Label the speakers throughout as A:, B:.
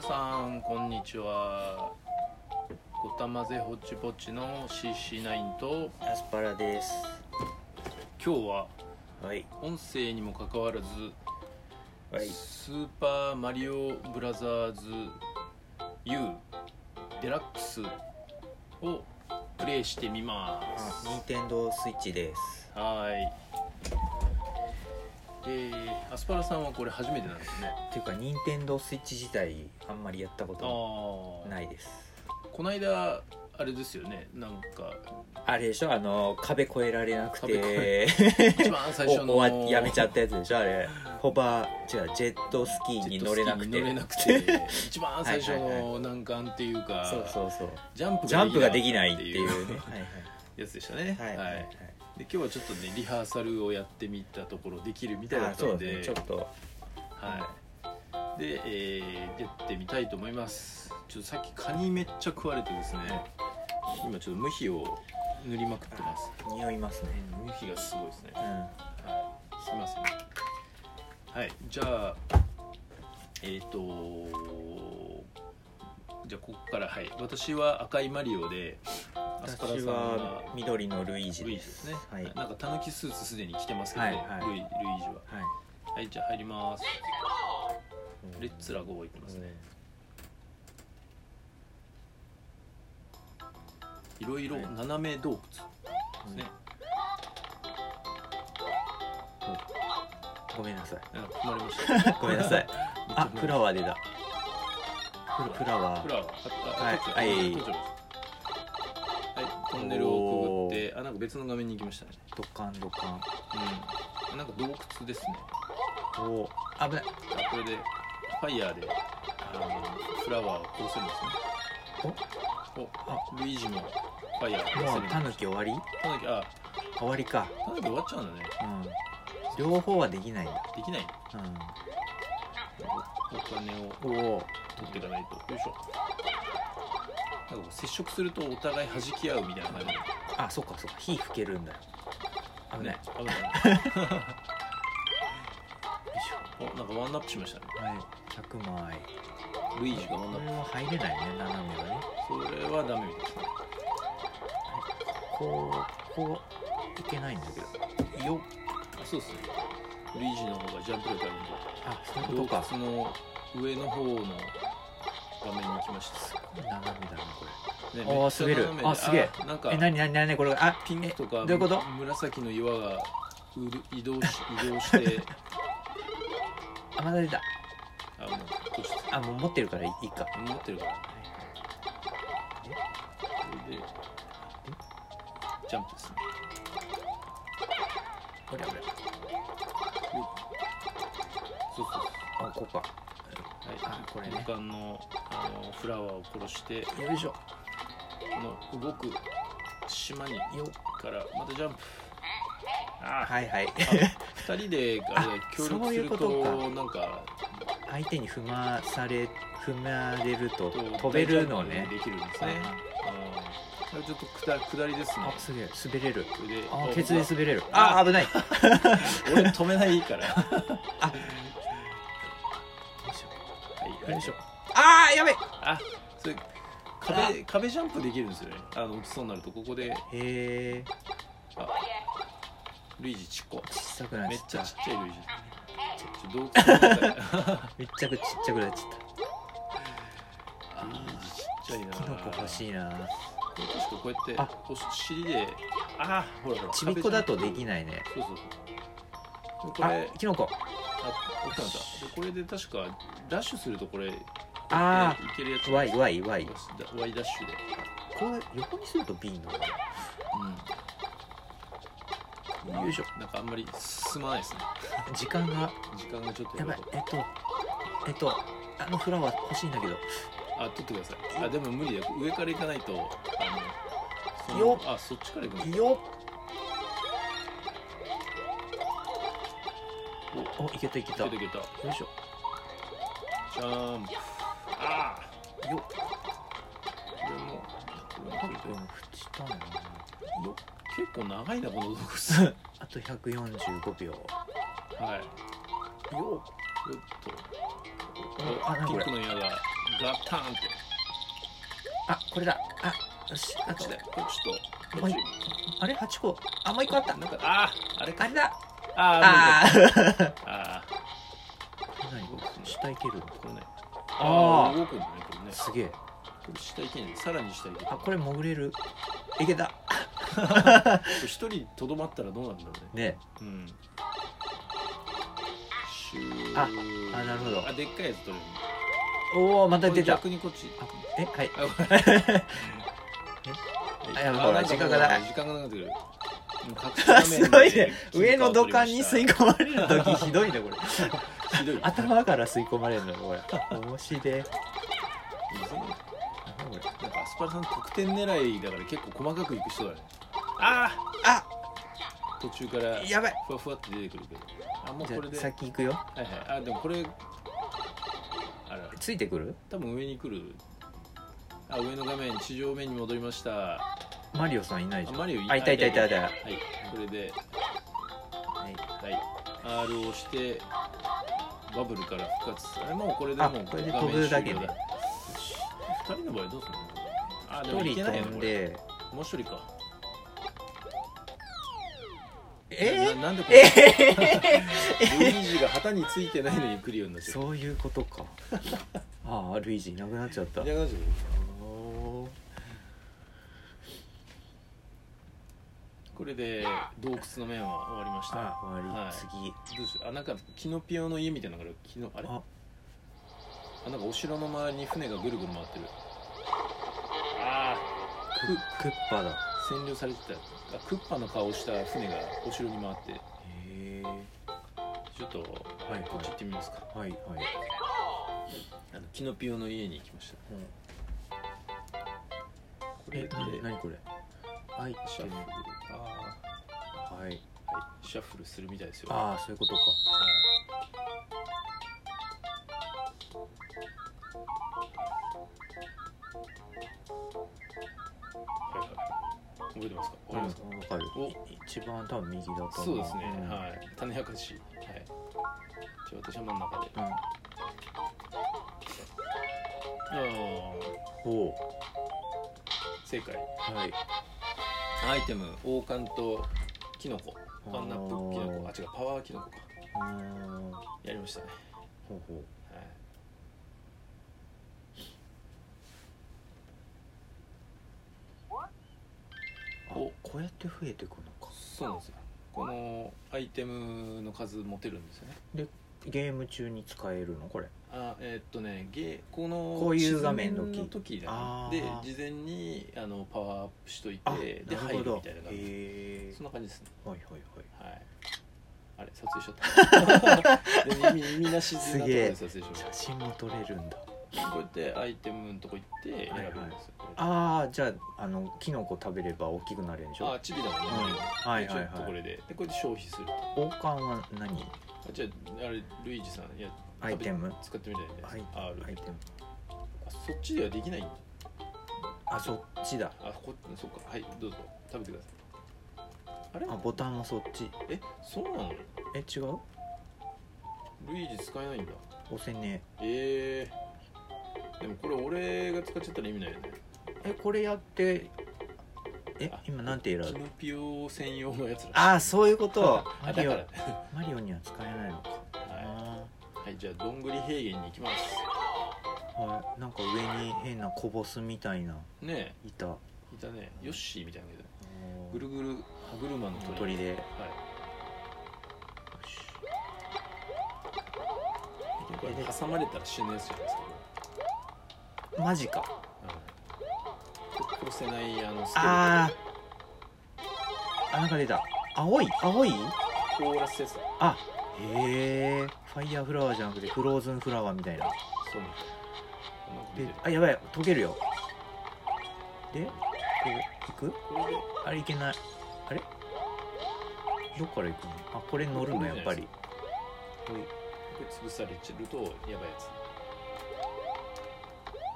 A: さんこんにちはごたまぜホッチポッチの CC9 と
B: アスパラです
A: 今日は
B: はい
A: 音声にもかかわらず、
B: はい
A: スーパーマリオブラザーズ U デラックスをプレイしてみます
B: 任天堂スイッチです
A: はいえー、アスパラさんはこれ初めてなんですね
B: っていうか任天堂スイッチ自体あんまりやったこ
A: ああ
B: とないです
A: こないだあれですよねなんか
B: あれでしょあの壁越えられなく
A: 壁
B: て
A: 一番最初の
B: お終わっやめちゃったやつでしょあれホバー違うジェットスキーに乗れなくて
A: ジェットスキーに乗れなくて 一番最初
B: はいはい
A: の難関っていうか
B: そうそうそう
A: ジャンプ
B: ジャンプができないっていうね
A: やつでしたね、
B: はいはいはいはい
A: で今日はちょっとねリハーサルをやってみたところできるみたいだ
B: あ
A: った
B: そ
A: の
B: うで
A: です
B: ねちょっと
A: はいで、えーやってみたいと思いますちょっとさっきカニめっちゃ食われてですね今ちょっと無比を塗りまくってます
B: 匂いますね
A: 無比がすごいですね
B: うん
A: はい、すみません。はい、じゃあ、えっ、と、じゃあここからはい、私は赤いマリオで、アスパラ
B: 私
A: さん
B: は
A: は
B: 緑のルイージ
A: ルイージ
B: で
A: ですすね。
B: はいはい
A: なんかタヌキスーツすでに着てますけど、
B: はいはい
A: ルイルイージは。はい、じゃあ入ります。レッツラゴーいきますね。いろいろ
B: はい
A: 斜め洞窟ですね。
B: ごめんなさ い
A: あ、止まりました。
B: ごめんな さい。あ、フラワー出た。
A: フ
B: フラワ
A: フ
B: ー。
A: ラワー
B: はい
A: は
B: はいい
A: はいトンネルをくぐってあなんか別の画面に行きましたね
B: ドカンドカン。
A: うんなんか洞窟ですね
B: おー危ない。
A: あこれでファイヤーであのフラワーを殺せるんですねおルイージもファイヤーを殺
B: も
A: せ
B: う
A: る
B: タヌキ終わり
A: タヌキあ
B: 終わりか。
A: タヌキ終わっちゃうんだね
B: うん。両方はできないんだ。
A: できないお金を
B: うん。おお。
A: 取っていかないとよいしょなんかこう接触するとお互い弾き合うみたいな感じ
B: あ、そっかそっか。火吹けるんだよ。危ない
A: ね。危ない おなんかワンナップしましたね
B: はい。100枚。
A: ルイージがワンナッ
B: こ
A: プ
B: れは入れないね、斜めはね。
A: それはダメみたいですね
B: こう、こう、いけないんだけど。よっ。
A: あそうですねルイージの方がジャンプ力あるんで
B: あ、そういうことか。
A: その上の方の画面に行きましたね
B: 斜めだな、こ
A: めっ
B: あー
A: ちゃ
B: 滑る
A: 斜めで
B: あすげえ
A: あなん
B: れ。え、
A: か
B: なになになにこれ。あ、
A: ピンクと
B: え
A: か
B: どういうこと
A: む紫の岩がうる移動し移動して
B: あ、まだ出た。
A: あもうこっち
B: あ、もう持ってるからいいか。
A: 持ってるからそれでジャンプですね
B: これこれ
A: そうそうそう
B: あこうか
A: はい、
B: あこれね
A: 軍艦のあのフラワーを殺してこ
B: よいしょ
A: の動く島に
B: よ
A: からまたジャンプああ
B: はいはい
A: 2人であれ
B: あ
A: 協力
B: そう
A: す
B: い
A: る
B: う
A: と
B: ことか
A: なんか
B: 相手に踏まされ踏まれると
A: こう
B: 飛べるのね
A: 大ジャンプできるんですねうんこれちょっと下下りですね
B: あすげえ滑れる
A: それで
B: あ
A: お
B: ケツで滑れる
A: あ
B: あ危ないよ
A: 俺止めない からはい
B: し
A: い
B: ょよいしょあーやべ
A: あそれ壁壁ジャンプできるんですよねあの落ちそうになるとここで
B: へえ
A: あルイージちっこ
B: 小さくなっ
A: めっ
B: ち
A: ち
B: ゃ
A: ゃ
B: っ
A: ち
B: た
A: っちゃいルイージちょっと洞窟の中で
B: めっちゃくちっちゃくなっちゃっ
A: あーちっちゃいな
B: たキノコ欲しいな
A: これ確かこうや
B: あ
A: ってお尻であーほらほら
B: ちびっこだとで
A: き
B: きないね
A: そうそうそうでこれ
B: あキノコ
A: あ奥さんだでこれで確かダッシュするとこれ
B: あ
A: いけるやつ
B: ーわいわい
A: ワ
B: わい
A: イダッシュで
B: これ横にすると B の
A: うん
B: よいしょ
A: なんかあんまり進まないですね
B: 時間が
A: 時間がちょっと
B: やばい
A: かっ
B: えっとえっとあのフラワー欲しいんだけど
A: たあ取ってくださいあでも無理だよ上から行かないとあのその
B: よ
A: あそっちから行くの
B: よおいけたいけた
A: 出てきた
B: よいしょ
A: ジャンプああ
B: よ
A: これもこれも取
B: 多分
A: れてる
B: 縁したんだな
A: 結構長いなこの洞
B: あと145秒
A: 窟はい
B: よ
A: ちょっと
B: あなんか
A: ピ
B: こ
A: ン
B: れ
A: クの矢がラッターンって
B: あこれだあよし
A: こ
B: あ
A: っち
B: と
A: だよこっちとこ
B: は
A: っ
B: い
A: ち
B: あれ8個あもう1個あった
A: なんかあーあれか
B: あれだ
A: あ
B: あー
A: ーああ
B: 何下いける
A: これね
B: あー
A: 動くんだねこれね
B: すげえ
A: これ下行けないさらに下行けない
B: あこれ潜れるいけた
A: 一人とどまったらどうなるんだろうね
B: ね
A: うんシュ
B: ああなるほど
A: あでっかいやつ取れる
B: おおまた
A: これ
B: 出た
A: 逆にこっち
B: あえはい
A: あごめん
B: あやばい
A: あ
B: ほら
A: んか
B: 時間がな
A: ほ
B: い
A: ら時間がなくなってくるもう隠し画
B: あ
A: 面
B: すごいね
A: で
B: 上の土管に吸い
A: 金貨
B: 込まれる時ひどいねこれ
A: を取りましたひどい
B: 頭から吸い込まれるのよこ れ面白いなんだこれ
A: なんかアスパラさん得点狙いだから結構細かくいく人だねあ
B: あ
A: あ途中から
B: やばい
A: ふわふわって出てくるけどあもう
B: じゃ
A: これで
B: あ
A: はい
B: 先行くよ
A: はいあでもこれあら
B: ついてくる
A: 多分上に来るあ上の画面地上面に戻りましたあ
B: マリオさんいないじゃん
A: マリオ
B: あいたいたいたいた
A: はいこれで
B: はい
A: はい R を押してバブルから復活あれもうこれでも
B: あ
A: う
B: これで
A: 画面
B: 飛ぶだけ
A: 終
B: で
A: 了2人の場合どうするのあでも
B: 一
A: い
B: 人
A: けないよ
B: 飛ん
A: これ
B: で
A: もう一人か
B: え
A: ななんでこれ
B: え
A: ルイージが旗についてないのに来るようになっちゃう
B: そういうこ とかああルイージいなくなっちゃった
A: いやマジで
B: おー
A: これで洞窟の面は終わりました
B: あ終
A: は
B: わ
A: い
B: り次
A: どうするあなんかキノピオの家みたいなのからキノあれ
B: あ
A: あなんかお城の周りに船がぐるぐる回ってるあ
B: ククッパだ
A: あ占領されてたあクッパの顔した船がお城に回って
B: へえ
A: ちょっと、
B: いはい
A: こっち行ってみますか
B: はいはい
A: あのキノピオの家に行きましたこれ
B: え
A: で
B: 何何これはい
A: シャッフルあ
B: は
A: ー、は
B: い
A: い、シャッフルするみたいですよ
B: ああそういうことか
A: はいはいはい覚えてますかわかりますか、
B: うんわかる
A: お
B: い一番多分右だと思う
A: そうですね、
B: ん
A: はい種明かしはいじゃあ私は真ん中でああ
B: うんおお
A: 正解
B: はい
A: アイテム王冠とキノコパンナップキノコ
B: あ
A: あ違うパワーキノコか
B: うん
A: やりましたね、
B: ほうほ
A: はい、
B: うあ
A: お
B: こうやって増えてくのか
A: そうなんですよこのアイテムの数持てるんですよね
B: ゲーム中に使えるのこれ
A: あえーっとねゲこの
B: こういう画面の時
A: 地図面時だ
B: あ
A: ね
B: ー
A: で事前にあのパワーアップしとい
B: あ
A: てで
B: な
A: 入
B: るほ
A: る
B: ど
A: みたいな感じ
B: へえ
A: そんな感じですね
B: はいはいはい
A: はいあれ撮影しちゃった でみみんな沈んだところで撮影しまし
B: 写真も撮れるんだ
A: たこうやってアイテムのとこ行って選べるんですよ、
B: ああじゃああのキノコ食べれば大きくなれるんでし
A: あ
B: ょ
A: チビだもんね、
B: うんはいはいはい
A: ちょっとこれででこれで消費すると
B: 王冠は何
A: あじゃああれルイージさんいや
B: アイテム
A: 使ってみたいです
B: ア
A: か
B: イ
A: R
B: アイテム
A: あそっちではできない
B: あそっちだ
A: あこそっかはいどうぞ食べてくださいあれ
B: あボタンもそっち
A: えそうなの
B: え違う
A: ルイージ使えないんだ
B: 押せね
A: えー、でもこれ俺が使っちゃったら意味ないよね
B: えこれやってえ
A: あ
B: 今なんて選
A: キ
B: ぶ
A: ノピオ専用のやつら
B: ああそういうことマ
A: あだ
B: リ
A: か
B: オ
A: ら
B: マリオには使えないのか
A: は
B: あ
A: い、はい、じゃあどんぐり平原に行きます
B: ーはいなんか上に変なこぼすみたいな
A: ね
B: 板あ
A: えいたねヨッシーみたいなのいたね
B: ー
A: ぐるぐる歯車の鳥
B: 鳥でよ
A: はい
B: し
A: これ挟まれたら死ぬやつじゃないですか
B: マジか
A: これ、うん、殺せないあのスケ
B: あーあなんか出た青い青い
A: ルトコーラスです
B: あへえファイヤーフラワーじゃなくてフローズンフラワーみたいな
A: そうなんだなんか出
B: で
A: てる
B: あやばい溶けるよでこういく
A: これで
B: あれいけないあれどっから行くのあこれ乗るのやっぱりほ
A: こ
B: い
A: れ潰されちゃうとやばいやつ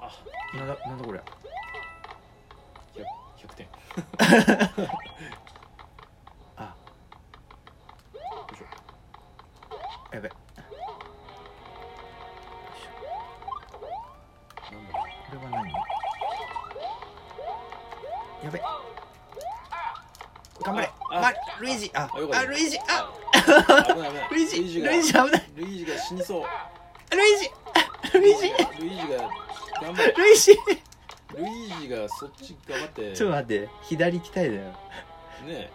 A: あ
B: なんだなんだこれ
A: 100 100点よ
B: あ
A: いしょ
B: やべ
A: なん
B: やべ頑張れ
A: あ
B: まルイージあ
A: あよかっ
B: あ
A: た
B: ルイージあ
A: 危ない危ない
B: ルイージルイ
A: が
B: ージ危ない
A: ルイージが死にそう
B: ルイージあルイージ
A: がルイージが頑張れ
B: ルイージ
A: ルイージがそっち頑張って
B: ちょっと待って左行きたいだよ
A: ね
B: え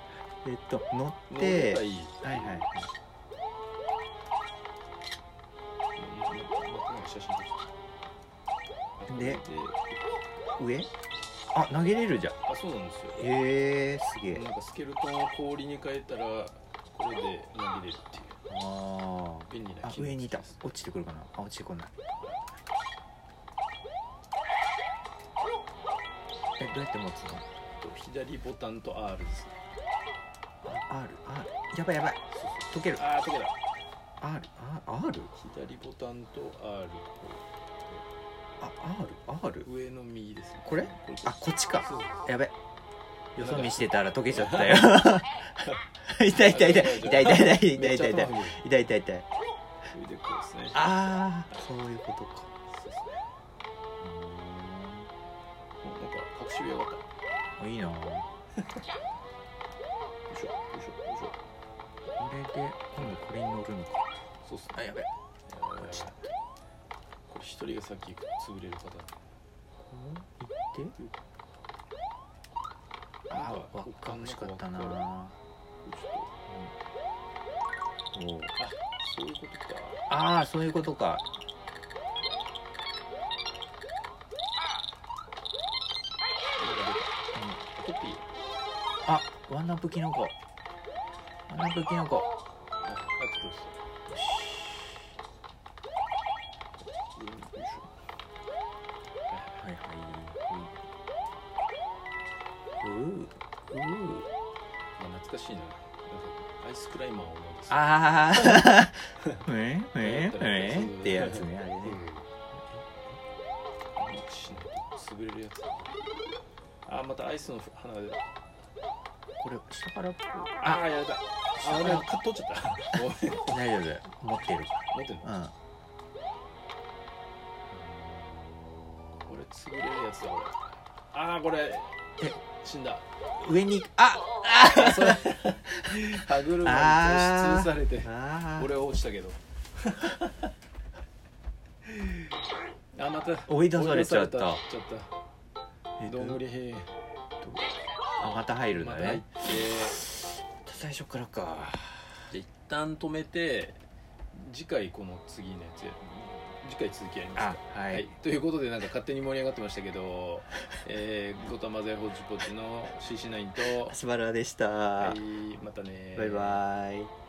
B: っと乗っ
A: 乗れ
B: て
A: ばいい
B: はいはい
A: 写真撮って
B: で上あ投げれるじゃん
A: あそうなんですよ
B: へえすげえ
A: なんかスケルトンを氷に変えたらこれで投げれるっていう
B: あ
A: 便利な
B: あ
A: 機能
B: 上にいた落ちてくるかなあ落ちてこないえどうやって持つの
A: と左ボタンと R ですね
B: あ R R やばいやばい
A: そうそう
B: 溶ける
A: ああ溶けた
B: R R R
A: 左ボタンと R
B: あ R R
A: 上の右ですね
B: これあこっちか
A: そうそう
B: やべよそ見してたら溶けちゃっ たよ痛い痛い痛い痛い痛い痛い痛い痛い痛い痛い痛い痛い
A: めっちゃ頭振る
B: 痛い痛い痛い
A: それでこうですね
B: ああそういうことか
A: そうですねもうなんか隠し部屋があったよ
B: あいいなこ
A: いしょよいしょよいしょ
B: れで今度これに乗るのか
A: そうっすね
B: あやべ
A: こ
B: 落ちた
A: れ一人がさっき潰れるパターン
B: 行ってああ輪っか欲しかったな
A: ちょっと
B: おう
A: そういうことか
B: ああそういうことか
A: なんか出たコピー
B: あワンナップキノコワンナップキノコ
A: ああってくるっすよしよいし
B: はいはいうんううう
A: ょまあ懐かしいななんかアイスクライマーを思い出す
B: ああ ええ
A: 流行ったやつ
B: えってやつねあれね
A: うんマッチしないと潰れるやつあまたアイスの花が出た
B: これ下からこう
A: ああやられたあなんか取っちゃったごめん
B: 大丈夫持ってる
A: 持ってんの
B: うんあ
A: これ潰れるやつだこれああこれ
B: え
A: 死んだ
B: 上にあ
A: あそれ 歯車に押し潰されて
B: あ
A: 俺は落ちたけどあまた
B: 追い出されちゃった
A: 追い出されちゃっ
B: え
A: た
B: っ
A: ど
B: と
A: んぐりへ
B: あまた入るん
A: ま
B: だ
A: た入っ
B: ね
A: て
B: 最初からか
A: で一旦止めて次回この次のやつや次回続きやります
B: あ
A: か
B: は
A: はいい、ということでなんか勝手に盛り上がってましたけど、えー、ゴタマザイホチポチの CC9 と、
B: アスバルアでした
A: はい、またね
B: バイバイ